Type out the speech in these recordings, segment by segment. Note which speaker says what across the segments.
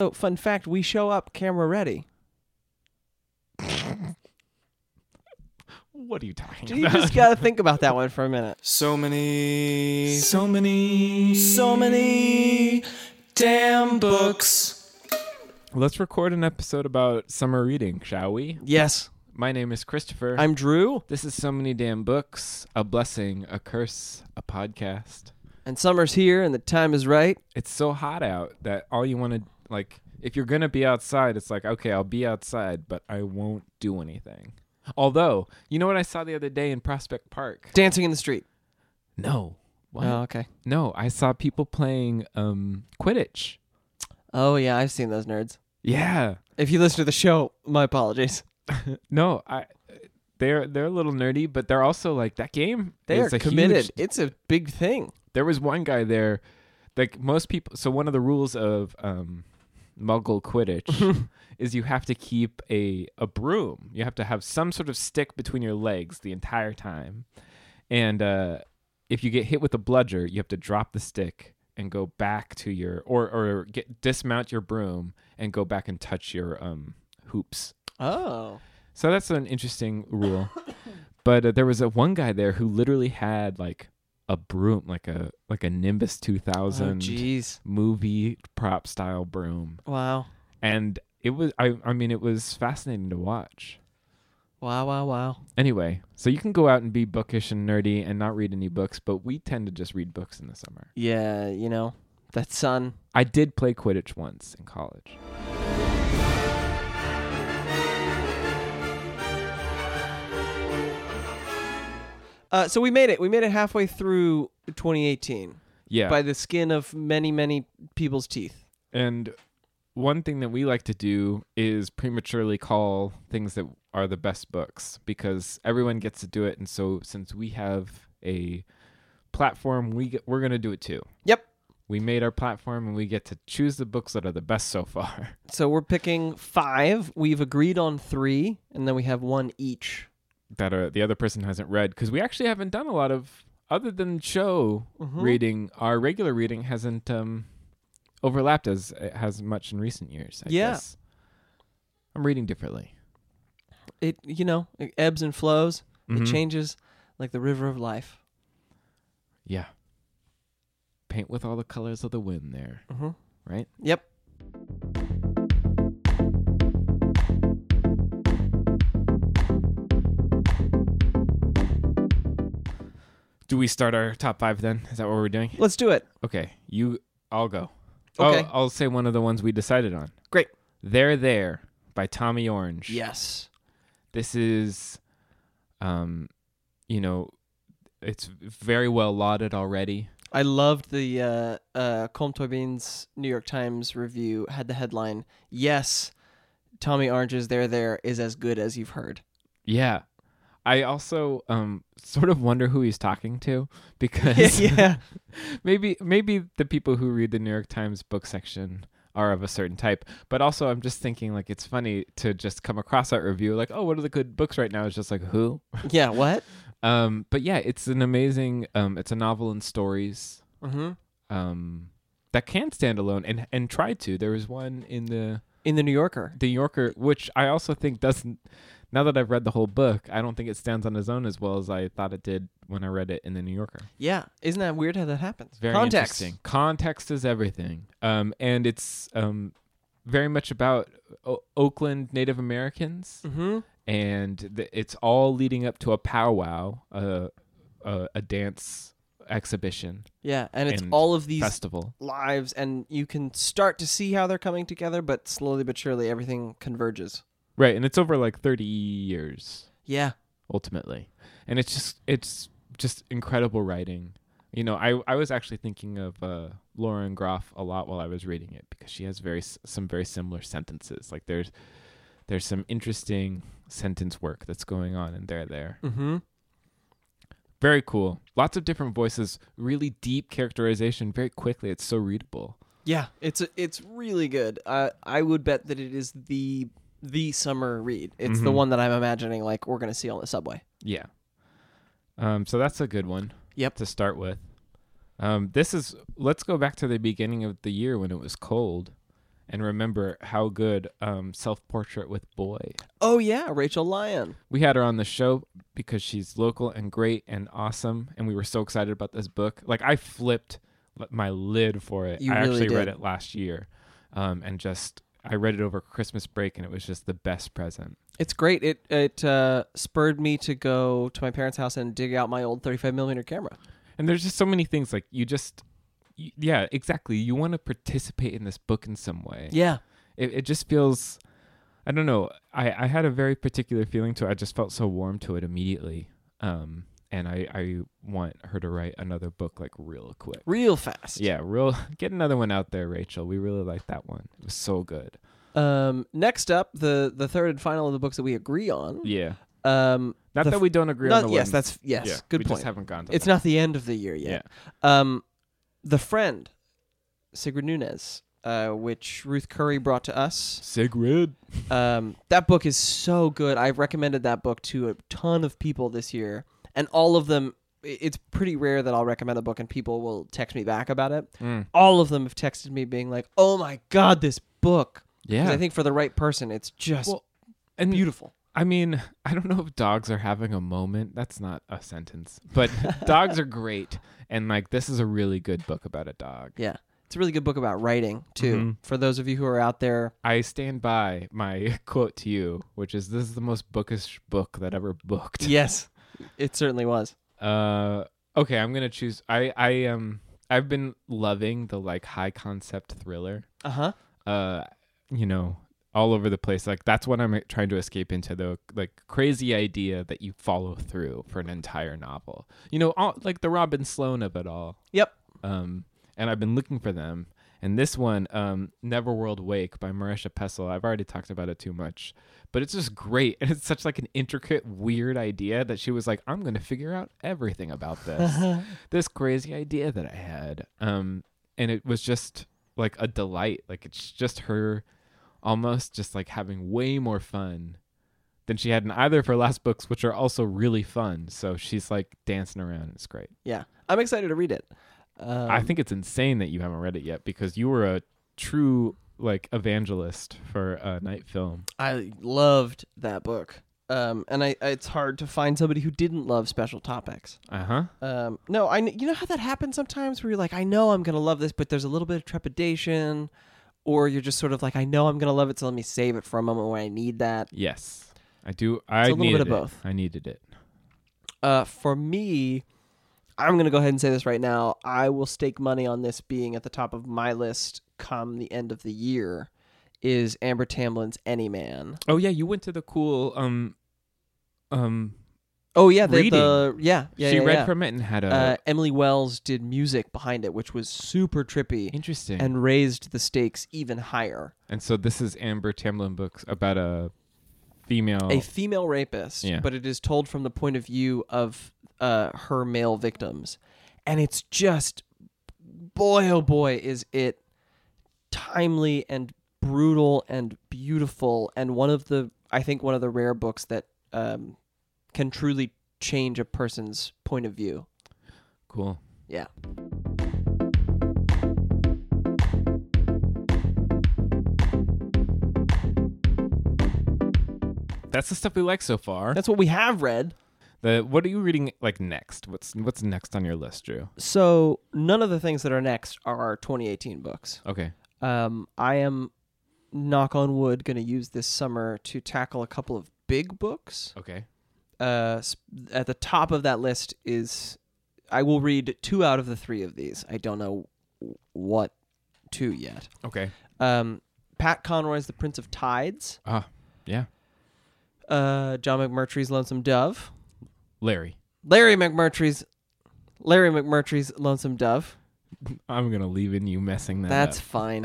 Speaker 1: So, fun fact: we show up camera ready.
Speaker 2: What are you talking
Speaker 1: You just gotta think about that one for a minute.
Speaker 3: So many,
Speaker 2: so many.
Speaker 3: so many damn books.
Speaker 2: Let's record an episode about summer reading, shall we?
Speaker 1: Yes,
Speaker 2: My name is Christopher.
Speaker 1: I'm Drew,
Speaker 2: this is So Many Damn Books, a blessing, a curse, a podcast.
Speaker 1: and summer's here, and the time is right.
Speaker 2: It's so hot out that all you want to, like, if you're going to be outside, it's like, okay, I'll be outside, but I won't do anything. Although, you know what I saw the other day in Prospect Park?
Speaker 1: Dancing in the street.
Speaker 2: No. What?
Speaker 1: Oh, okay.
Speaker 2: No, I saw people playing um Quidditch.
Speaker 1: Oh yeah, I've seen those nerds.
Speaker 2: Yeah.
Speaker 1: If you listen to the show, my apologies.
Speaker 2: No, I they're they're a little nerdy, but they're also like that game.
Speaker 1: They
Speaker 2: is
Speaker 1: are
Speaker 2: a huge
Speaker 1: committed. It's a big thing.
Speaker 2: there was one guy there like most people so one of the rules of um muggle quidditch is you have to keep a a broom you have to have some sort of stick between your legs the entire time and uh if you get hit with a bludger you have to drop the stick and go back to your or or get dismount your broom and go back and touch your um hoops
Speaker 1: Oh,
Speaker 2: so that's an interesting rule. but uh, there was a one guy there who literally had like a broom, like a like a Nimbus
Speaker 1: oh,
Speaker 2: 2000
Speaker 1: jeez.
Speaker 2: movie prop style broom,
Speaker 1: Wow,
Speaker 2: and it was I I mean it was fascinating to watch.
Speaker 1: wow, wow, wow.
Speaker 2: Anyway, so you can go out and be bookish and nerdy and not read any books, but we tend to just read books in the summer.
Speaker 1: Yeah, you know that sun.
Speaker 2: I did play Quidditch once in college.
Speaker 1: Uh, so we made it. We made it halfway through 2018
Speaker 2: Yeah.
Speaker 1: by the skin of many, many people's teeth.
Speaker 2: And one thing that we like to do is prematurely call things that are the best books because everyone gets to do it. And so, since we have a platform, we get, we're going to do it too.
Speaker 1: Yep.
Speaker 2: We made our platform and we get to choose the books that are the best so far.
Speaker 1: So we're picking five. We've agreed on three, and then we have one each.
Speaker 2: that are, the other person hasn't read because we actually haven't done a lot of, other than show reading, our regular reading hasn't um, overlapped as it has much in recent years. I
Speaker 1: Yeah.
Speaker 2: guess. I'm reading differently.
Speaker 1: It, you know, it ebbs and flows. It
Speaker 2: Mhm.
Speaker 1: changes like the river of life.
Speaker 2: Yeah. Paint with all the colors of the wind there,
Speaker 1: Mm-hmm.
Speaker 2: right?
Speaker 1: Yep.
Speaker 2: Do we start our top five then? Is that what we're doing?
Speaker 1: Let's do it.
Speaker 2: Okay. You, I'll go.
Speaker 1: Okay.
Speaker 2: Oh, I'll say one of the ones we decided on.
Speaker 1: Great.
Speaker 2: They're There by Tommy Orange.
Speaker 1: Yes.
Speaker 2: This is, um, you know, it's very well lauded already.
Speaker 1: I loved the uh, uh, Colm Torbin's New York Times review had the headline, Yes, Tommy Orange's There There is as good as you've heard.
Speaker 2: Yeah. I also um sort of wonder who he's talking to because
Speaker 1: yeah.
Speaker 2: maybe maybe the people who read the New York Times book section are of a certain type. But also I'm just thinking like it's funny to just come across that review like, oh, what are the good books right now? It's just like who?
Speaker 1: Yeah, what?
Speaker 2: Um but yeah, it's an amazing um it's a novel and stories
Speaker 1: Mm-hmm.
Speaker 2: um that can stand alone and and try to. There was one in the
Speaker 1: In the New Yorker.
Speaker 2: the Yorker, which I also think doesn't now that I've read the whole book, I don't think it stands on its own as well as I thought it did when I read it in the New Yorker.
Speaker 1: Yeah, isn't that weird how that happens?
Speaker 2: Very
Speaker 1: Context.
Speaker 2: interesting. Context is everything. Um, and it's um, very much about o- Oakland Native Americans,
Speaker 1: Mm-hmm.
Speaker 2: and th- it's all leading up to a powwow, uh, uh, a dance exhibition
Speaker 1: Yeah, and it's
Speaker 2: And
Speaker 1: all of these
Speaker 2: festival.
Speaker 1: lives, and you can start to see how they're coming together, but slowly but surely everything converges.
Speaker 2: Right, and it's over like 30 years
Speaker 1: Yeah,
Speaker 2: ultimately. And it's just it's just incredible writing. You know, I, I was actually thinking of uh, Lauren Groff a lot while I was reading it because she has very s- some very similar sentences. Like there's there's some interesting sentence work that's going on in there there.
Speaker 1: mm-hmm.
Speaker 2: Very cool. Lots of different voices, really deep characterization very quickly. It's so readable.
Speaker 1: yeah, it's it's really good. I I would bet that it is the the summer read. It's the
Speaker 2: Mhm.
Speaker 1: one that I'm imagining like we're gonna see on the subway.
Speaker 2: Yeah. Um, so that's a good one.
Speaker 1: Yep.
Speaker 2: To start with. Um, this is let's go back to the beginning of the year when it was cold and remember how good um, self portrait with boy.
Speaker 1: Oh yeah, Rachel Lyon.
Speaker 2: We had her on the show because she's local and great and awesome and we were so excited about this book. Like I flipped li- my lid for it.
Speaker 1: You
Speaker 2: I
Speaker 1: really
Speaker 2: actually read
Speaker 1: did.
Speaker 2: it last year. Um, and just I read it over Christmas break and it was just the best present.
Speaker 1: It's great. It it uh, spurred me to go to my parents' house and dig out my old 35 millimeter camera.
Speaker 2: and there's just so many things like you just y- yeah exactly you want to participate in this book in some way
Speaker 1: Yeah,
Speaker 2: it, it just feels i don't know I, I had a very particular feeling to it i just felt so warm to it immediately um and i i want her to write another book like real quick
Speaker 1: real fast.
Speaker 2: yeah real get another one out there rachel we really like that one it was so good
Speaker 1: Um. Next up, the the third and final of the books that we agree on.
Speaker 2: yeah
Speaker 1: Um.
Speaker 2: not
Speaker 1: The
Speaker 2: that
Speaker 1: f-
Speaker 2: we don't agree
Speaker 1: not-
Speaker 2: on the
Speaker 1: yes,
Speaker 2: one.
Speaker 1: that's yes.
Speaker 2: yeah,
Speaker 1: good
Speaker 2: we
Speaker 1: point.
Speaker 2: just haven't gone to
Speaker 1: It's
Speaker 2: that.
Speaker 1: not the end of the year yet. Um, the friend, Sigrid Nunez, uh, which Ruth Curry brought to us.
Speaker 2: sigrid
Speaker 1: Um, that book is so good. I've recommended that book to a ton of people this year, and all of them. i- It's pretty rare that I'll recommend a book and people will text me back about it.
Speaker 2: Mm.
Speaker 1: All of them have texted me being like, "Oh my god, this book!" 'Cause
Speaker 2: yeah
Speaker 1: I think for the right person, it's just
Speaker 2: Well, mm. and
Speaker 1: beautiful.
Speaker 2: I mean, I don't know if dogs are having a moment. That's not a sentence, but dogs are great. And like, this is a really good book about a dog.
Speaker 1: Yeah, it's a really good book about writing too.
Speaker 2: Mhm.
Speaker 1: For those of you who are out there,
Speaker 2: I stand by my quote to you, which is this is the most bookish book that ever booked.
Speaker 1: yes, it certainly was.
Speaker 2: Uh, okay, I'm going to choose. I, I, um, I've been loving the like high concept thriller,
Speaker 1: Uh huh.
Speaker 2: uh, you know, all over the place. Like, that's what I'm trying to escape into the like crazy idea that you follow through for an entire novel. You know, all, like the Robin Sloan of it all.
Speaker 1: Yep.
Speaker 2: um, and I've been looking for them. And this one, um, Neverworld Wake by Marisha Pessl. I've already talked about it too much, but it's just great, and it's such like an intricate, weird idea that she was like, "I'm going to figure out everything about this, this crazy idea that I had." Um, and it was just like a delight. Like it's just her, almost just like having way more fun than she had in either of her last books, which are also really fun. So she's like dancing around. It's great.
Speaker 1: Yeah, I'm excited to read it. Um,
Speaker 2: I think it's insane that you haven't read it yet because you were a true like evangelist for a night film.
Speaker 1: I loved that book, um, and I, I it's hard to find somebody who didn't love special topics.
Speaker 2: Uh huh.
Speaker 1: Um, no, I kn- you know how that happens sometimes where you're like, I know I'm gonna love this, but there's a little bit of trepidation, or you're just sort of like, I know I'm gonna love it, so let me save it for a moment when I need that.
Speaker 2: Yes, I do. I
Speaker 1: little bit
Speaker 2: needed
Speaker 1: of
Speaker 2: it.
Speaker 1: both.
Speaker 2: I needed it.
Speaker 1: Uh, for me, I'm going to go ahead and say this right now. I will stake money on this being at the top of my list come the end of the year is Amber Tamlin's Any Man.
Speaker 2: Oh yeah, you went to the cool um um.
Speaker 1: Oh yeah, the,
Speaker 2: Reading.
Speaker 1: the yeah, yeah,
Speaker 2: she
Speaker 1: yeah,
Speaker 2: read
Speaker 1: yeah.
Speaker 2: from it and had a
Speaker 1: uh, Emily Wells did music behind it, which was super trippy
Speaker 2: interesting. And,
Speaker 1: and raised the stakes even higher.
Speaker 2: so this is Amber Tamlin books about a female.
Speaker 1: A female rapist,
Speaker 2: Oh. Yeah.
Speaker 1: but it is told from the point of view of uh, her male victims, and it's just boy oh boy is it timely and brutal and beautiful and one of the I think one of the rare books that um, can truly change a person's point of view.
Speaker 2: cool.
Speaker 1: Yeah.
Speaker 2: That's the stuff we like so far.
Speaker 1: That's what we have read.
Speaker 2: The, what are you reading like next? What's what's next on your list, Drew?
Speaker 1: So none of the things that are next are our 2018 books.
Speaker 2: Okay.
Speaker 1: Um, I am, knock on wood, going to use this summer to tackle a couple of big books.
Speaker 2: Okay.
Speaker 1: Uh, sp- at the top of that list is, I will read two out of the three of these. I don't know w- what two yet.
Speaker 2: Okay.
Speaker 1: Um, Pat Conroy's The Prince of Tides.
Speaker 2: Ah, yeah.
Speaker 1: Uh, John McMurtry's Lonesome Dove.
Speaker 2: Larry.
Speaker 1: Larry McMurtry's Larry McMurtry's Lonesome Dove.
Speaker 2: I'm gonna leave in you messing that
Speaker 1: That's
Speaker 2: up.
Speaker 1: fine.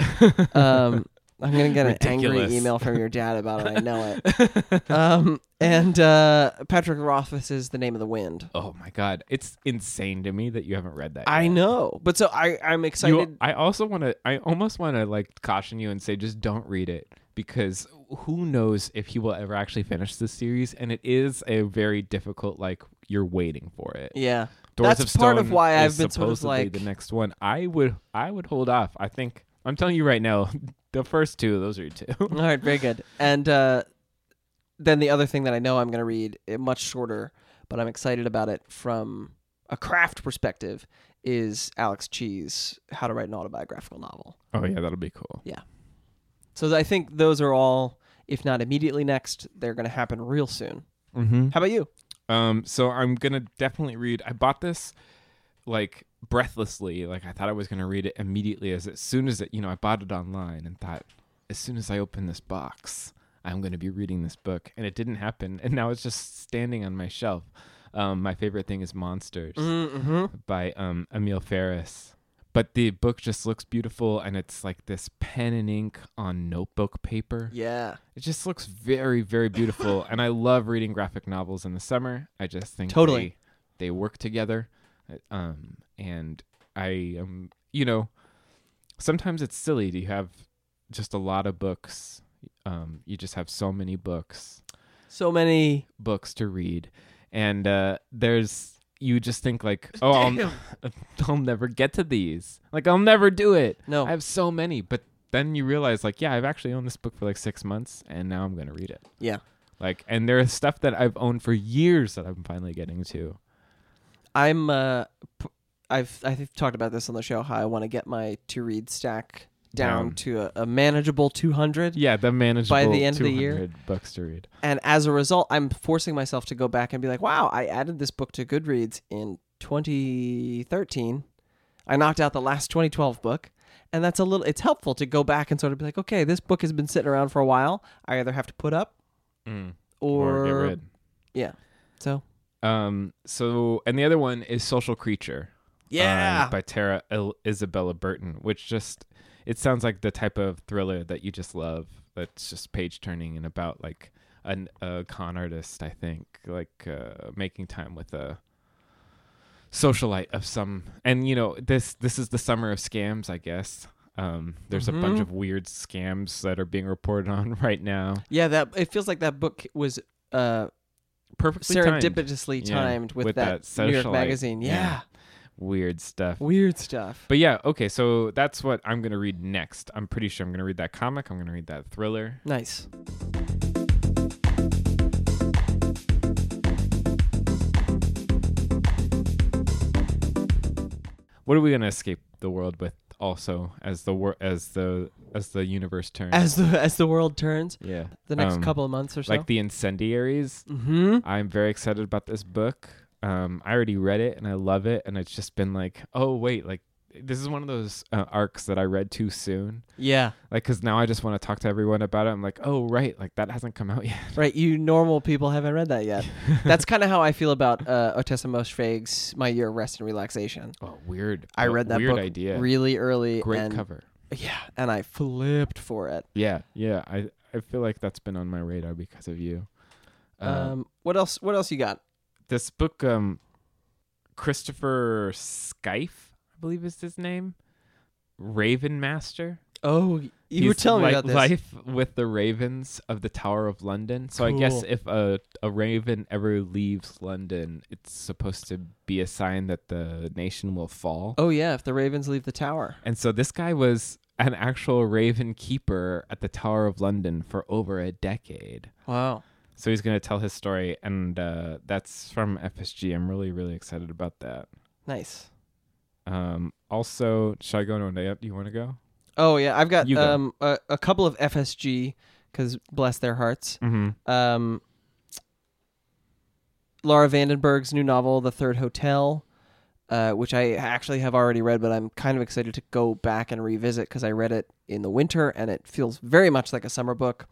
Speaker 1: um, I'm gonna get an
Speaker 2: Ridiculous.
Speaker 1: angry email from your dad about it. I know it. um, and uh, Patrick Rothfuss is the name of the wind.
Speaker 2: Oh my god. It's insane to me that you haven't read that.
Speaker 1: I
Speaker 2: yet.
Speaker 1: know, but so I I'm
Speaker 2: You-
Speaker 1: excited.
Speaker 2: I also want to. I almost want to like caution you and say just don't read it because who knows if he will ever actually finish this series, and it is a very difficult. Like you're waiting for it.
Speaker 1: yeah,
Speaker 2: Doors
Speaker 1: that's
Speaker 2: of Stone
Speaker 1: part of why
Speaker 2: is
Speaker 1: I've been sort of
Speaker 2: supposedly
Speaker 1: like
Speaker 2: the next one. I would. I would hold off. I think. I'm telling you right now. The first two. Those are your two.
Speaker 1: All right, very good. And uh, then the other thing that I know I'm going to read, eh, much shorter, but I'm excited about it from a craft perspective, is Alex Cheese, How to Write an Autobiographical Novel.
Speaker 2: oh yeah, that'll be cool.
Speaker 1: So I think those are all, if not immediately next, they're going to happen real soon.
Speaker 2: Mm-hmm.
Speaker 1: How about you?
Speaker 2: Um, so I'm gonna definitely read. I bought this like breathlessly. Like I thought I was gonna read it immediately, as as soon as it, you know, I bought it online and thought, as soon as I open this box, I'm gonna be reading this book, and it didn't happen. And now it's just standing on my shelf. Um, my favorite thing is Monsters
Speaker 1: Mm-hmm.
Speaker 2: by um, Emil Ferris. But the book just looks beautiful, and it's like this pen and ink on notebook paper.
Speaker 1: Yeah.
Speaker 2: It just looks very, very beautiful, and I love reading graphic novels in the summer. I just think
Speaker 1: Totally.
Speaker 2: they, they work together, um, and I um, you know, sometimes it's silly. Do you have just a lot of books? Um, you just have so many books,
Speaker 1: So many.
Speaker 2: books to read, and uh, there's you just think like, oh, I'll, I'll never get to these. Like I'll never do it.
Speaker 1: No.
Speaker 2: I have so many, but then you realize like, yeah, I've actually owned this book for like six months, and now I'm gonna read it.
Speaker 1: yeah.
Speaker 2: Like, and there is stuff that I've owned for years that I'm finally getting to.
Speaker 1: I'm uh p- I've I've talked about this on the show how I want to get my to read stack down,
Speaker 2: Down.
Speaker 1: to a, a manageable 200
Speaker 2: Yeah, the manageable
Speaker 1: By the end of
Speaker 2: 200
Speaker 1: the year?
Speaker 2: books to read.
Speaker 1: and as a result I'm forcing myself to go back and be like wow I added this book to Goodreads in 2013 I knocked out the last 2012 book and that's a little it's helpful to go back and sort of be like okay this book has been sitting around for a while I either have to put up Mm. or,
Speaker 2: or get rid.
Speaker 1: yeah so
Speaker 2: Um. So, and the other one is Social Creature. um,
Speaker 1: yeah
Speaker 2: by Tara El- Isabella Burton, which just it sounds like the type of thriller that you just love. That's just page turning and about like an, a con artist, I think, like uh, making time with a socialite of some. And you know, this this is the summer of scams, I guess. Um, there's a bunch
Speaker 1: Mhm.
Speaker 2: of weird scams that are being reported on right now.
Speaker 1: yeah that it feels like that book was uh
Speaker 2: Perfectly timed.
Speaker 1: serendipitously timed,
Speaker 2: Yeah,
Speaker 1: with,
Speaker 2: with
Speaker 1: that,
Speaker 2: that
Speaker 1: New York
Speaker 2: socialite.
Speaker 1: magazine. Yeah.
Speaker 2: Yeah. Weird stuff.
Speaker 1: Weird stuff.
Speaker 2: But yeah, okay, so that's what I'm gonna read next. I'm pretty sure I'm gonna read that comic. I'm gonna read that thriller.
Speaker 1: Nice.
Speaker 2: What are we gonna escape the world with? Also, as the wor- as the as the universe turns.
Speaker 1: As the as the world turns,
Speaker 2: yeah,
Speaker 1: the next
Speaker 2: Um,
Speaker 1: couple of months or so.
Speaker 2: like the incendiaries.
Speaker 1: mm-hmm.
Speaker 2: I'm very excited about this book. Um, I already read it and I love it, and it's just been like, oh wait, like this is one of those uh, arcs that I read too soon.
Speaker 1: Yeah.
Speaker 2: Like, cause now I just want to talk to everyone about it. I'm like, oh right, like that hasn't come out yet.
Speaker 1: Right. You normal people haven't read that yet. That's kind of how I feel about uh, Otessa Moshfeg's My Year of Rest and Relaxation.
Speaker 2: Oh weird.
Speaker 1: I read that
Speaker 2: weird
Speaker 1: book
Speaker 2: idea.
Speaker 1: really early.
Speaker 2: Great
Speaker 1: and,
Speaker 2: cover.
Speaker 1: Yeah. And I flipped for it.
Speaker 2: Yeah, yeah. I I feel like that's been on my radar because of you.
Speaker 1: Um,
Speaker 2: Um,
Speaker 1: what else? What else you got?
Speaker 2: this book, um, Christopher Skife, I believe is his name, Raven Master.
Speaker 1: Oh, you were
Speaker 2: He's
Speaker 1: telling
Speaker 2: li-
Speaker 1: me about this.
Speaker 2: Life with the Ravens of the Tower of London. So I guess
Speaker 1: Cool.
Speaker 2: if a a raven ever leaves London, it's supposed to be a sign that the nation will fall.
Speaker 1: Oh yeah, if the Ravens leave the tower.
Speaker 2: And so this guy was an actual raven keeper at the Tower of London for over a decade.
Speaker 1: Wow.
Speaker 2: So he's going to tell his story, and uh, that's from FSG. I'm really, really excited about that.
Speaker 1: Nice.
Speaker 2: Um, also, should I go to Naya? Do you want to go?
Speaker 1: Oh yeah, I've got
Speaker 2: You go.
Speaker 1: um a, a couple of FSG because bless their hearts.
Speaker 2: Mm-hmm.
Speaker 1: Um, Laura Vandenberg's new novel, The Third Hotel, uh, which I actually have already read, but I'm kind of excited to go back and revisit because I read it in the winter and it feels very much like a summer book.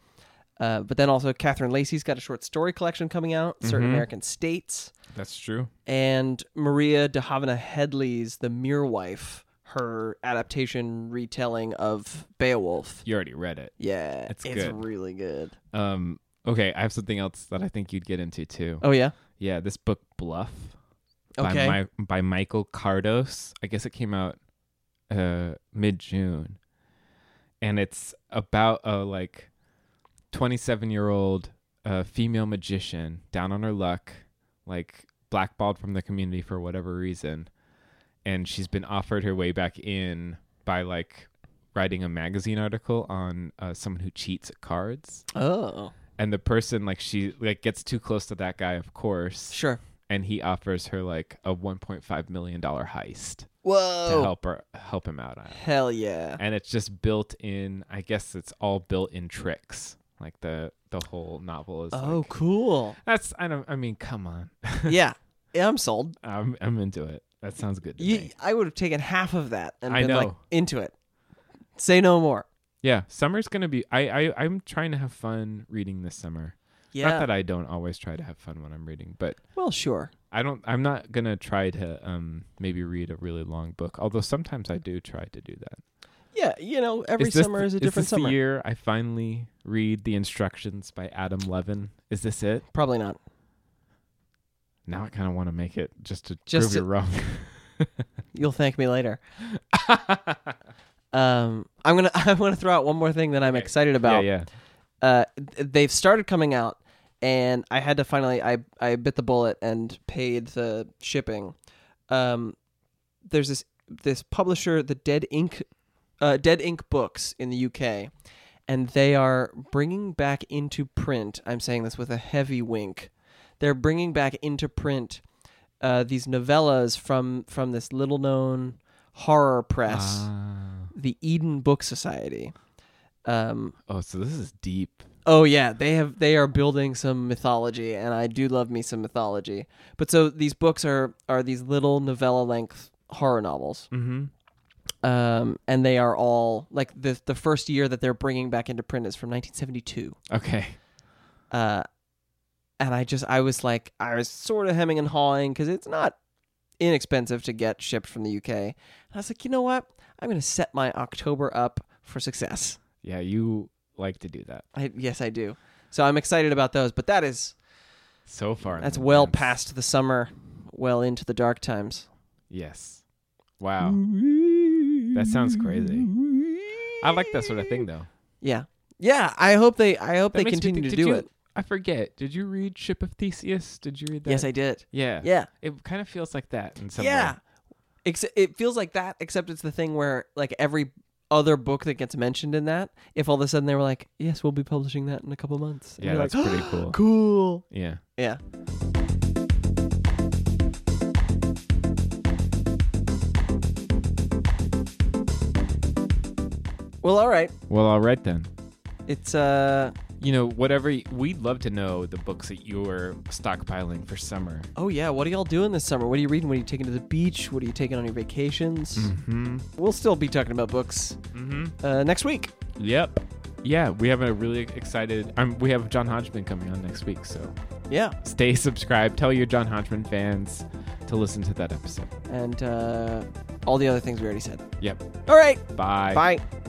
Speaker 1: Uh, but then also, Catherine Lacey's got a short story collection coming out, Certain
Speaker 2: Mhm.
Speaker 1: American States
Speaker 2: That's true.
Speaker 1: and Maria de Havana Headley's The Mere Wife, her adaptation retelling of Beowulf.
Speaker 2: You already read it.
Speaker 1: Yeah,
Speaker 2: It's
Speaker 1: it's
Speaker 2: good.
Speaker 1: really good.
Speaker 2: Um, okay, I have something else that I think you'd get into too.
Speaker 1: Oh yeah.
Speaker 2: Yeah, this book Bluff
Speaker 1: Okay.
Speaker 2: by, Mi- by Michael Cardos. I guess it came out uh, mid June, and it's about a like twenty seven year old uh, female magician down on her luck, like blackballed from the community for whatever reason, and she's been offered her way back in by like writing a magazine article on uh, someone who cheats at cards
Speaker 1: Oh,
Speaker 2: and the person like she like gets too close to that guy of course
Speaker 1: sure.
Speaker 2: and he offers her like a 1.5 million dollar heist to
Speaker 1: Whoa.
Speaker 2: help her help him out on it.
Speaker 1: Hell yeah.
Speaker 2: and it's just built in i guess it's all built in tricks like the the whole novel is
Speaker 1: Oh,
Speaker 2: like-
Speaker 1: cool.
Speaker 2: that's i don't i mean come on
Speaker 1: yeah. yeah, I'm sold.
Speaker 2: i'm i'm into it that sounds good to
Speaker 1: You,
Speaker 2: me.
Speaker 1: I would have taken half of that and
Speaker 2: I
Speaker 1: been like
Speaker 2: know.
Speaker 1: into it. Say no more.
Speaker 2: yeah summer's gonna be I, I i'm trying to have fun reading this summer not
Speaker 1: Yeah.
Speaker 2: that i don't always try to have fun when i'm reading but
Speaker 1: Well, sure.
Speaker 2: I don't. I'm not gonna try to um maybe read a really long book. Although sometimes
Speaker 1: Mm.
Speaker 2: I do try to do that.
Speaker 1: Yeah, you know, every
Speaker 2: this
Speaker 1: summer
Speaker 2: the-
Speaker 1: is a different
Speaker 2: this
Speaker 1: summer.
Speaker 2: The year I finally read the instructions by Adam Levin. Is this it?
Speaker 1: Probably not.
Speaker 2: Now I kind of want to make it just to
Speaker 1: Just
Speaker 2: prove
Speaker 1: to-
Speaker 2: you're wrong.
Speaker 1: You'll thank me later. um, I'm gonna. I want to throw out one more thing that I'm excited
Speaker 2: yeah,
Speaker 1: about.
Speaker 2: yeah.
Speaker 1: Uh, th- they've started coming out, and I had to finally. I I bit the bullet and paid the shipping. Um, there's this this publisher, the Dead Ink, uh, Dead Ink Books in the UK, and they are bringing back into print. I'm saying this with a heavy wink. They're bringing back into print uh, these novellas from from this little known horror press
Speaker 2: Ah.
Speaker 1: the Eden Book Society. Um,
Speaker 2: oh, so this is deep.
Speaker 1: oh yeah, they have they are building some mythology, and I do love me some mythology. But so these books are are these little novella length horror novels,
Speaker 2: Mm-hmm.
Speaker 1: um, and they are all like the the first year that they're bringing back into print is from 1972.
Speaker 2: Okay.
Speaker 1: Uh, and I just I was like I was sort of hemming and hawing because it's not inexpensive to get shipped from the UK. And I was like, you know what? I'm gonna set my October up for success.
Speaker 2: Yeah, you like to do that
Speaker 1: I yes, I do. So I'm excited about those, but that is
Speaker 2: so far. in
Speaker 1: that's
Speaker 2: the
Speaker 1: well
Speaker 2: advance.
Speaker 1: past the summer, well into the dark times.
Speaker 2: Yes. Wow. That sounds crazy. I like that sort of thing though.
Speaker 1: Yeah. Yeah, I hope they I hope
Speaker 2: That
Speaker 1: they
Speaker 2: makes me
Speaker 1: continue
Speaker 2: think-
Speaker 1: to
Speaker 2: did
Speaker 1: do
Speaker 2: you-
Speaker 1: it.
Speaker 2: I forget. Did you read Ship of Theseus? Did you read that?
Speaker 1: Yes, I did.
Speaker 2: Yeah.
Speaker 1: Yeah.
Speaker 2: It kind of feels like that in some
Speaker 1: Yeah.
Speaker 2: way.
Speaker 1: Ex- it feels like that except it's the thing where like every other book that gets mentioned in that, if all of a sudden they were like, "Yes, we'll be publishing that in a couple months." and
Speaker 2: Yeah,
Speaker 1: you're
Speaker 2: that's
Speaker 1: like,
Speaker 2: pretty cool.
Speaker 1: Cool.
Speaker 2: Yeah.
Speaker 1: Yeah. Well, all right.
Speaker 2: Well, all right then.
Speaker 1: It's uh
Speaker 2: You know, whatever y- we'd love to know the books that you were stockpiling for summer.
Speaker 1: oh yeah, what are y'all doing this summer? What are you reading? What are you taking to the beach? What are you taking on your vacations?
Speaker 2: Mm-hmm.
Speaker 1: We'll still be talking about books
Speaker 2: Mm-hmm.
Speaker 1: uh, next week.
Speaker 2: Yep. Yeah, we have a really excited. Um, we have John Hodgman coming on next week, so
Speaker 1: Yeah,
Speaker 2: stay subscribed. Tell your John Hodgman fans to listen to that episode.
Speaker 1: and uh, all the other things we already said.
Speaker 2: Yep.
Speaker 1: All right,
Speaker 2: Bye.
Speaker 1: bye.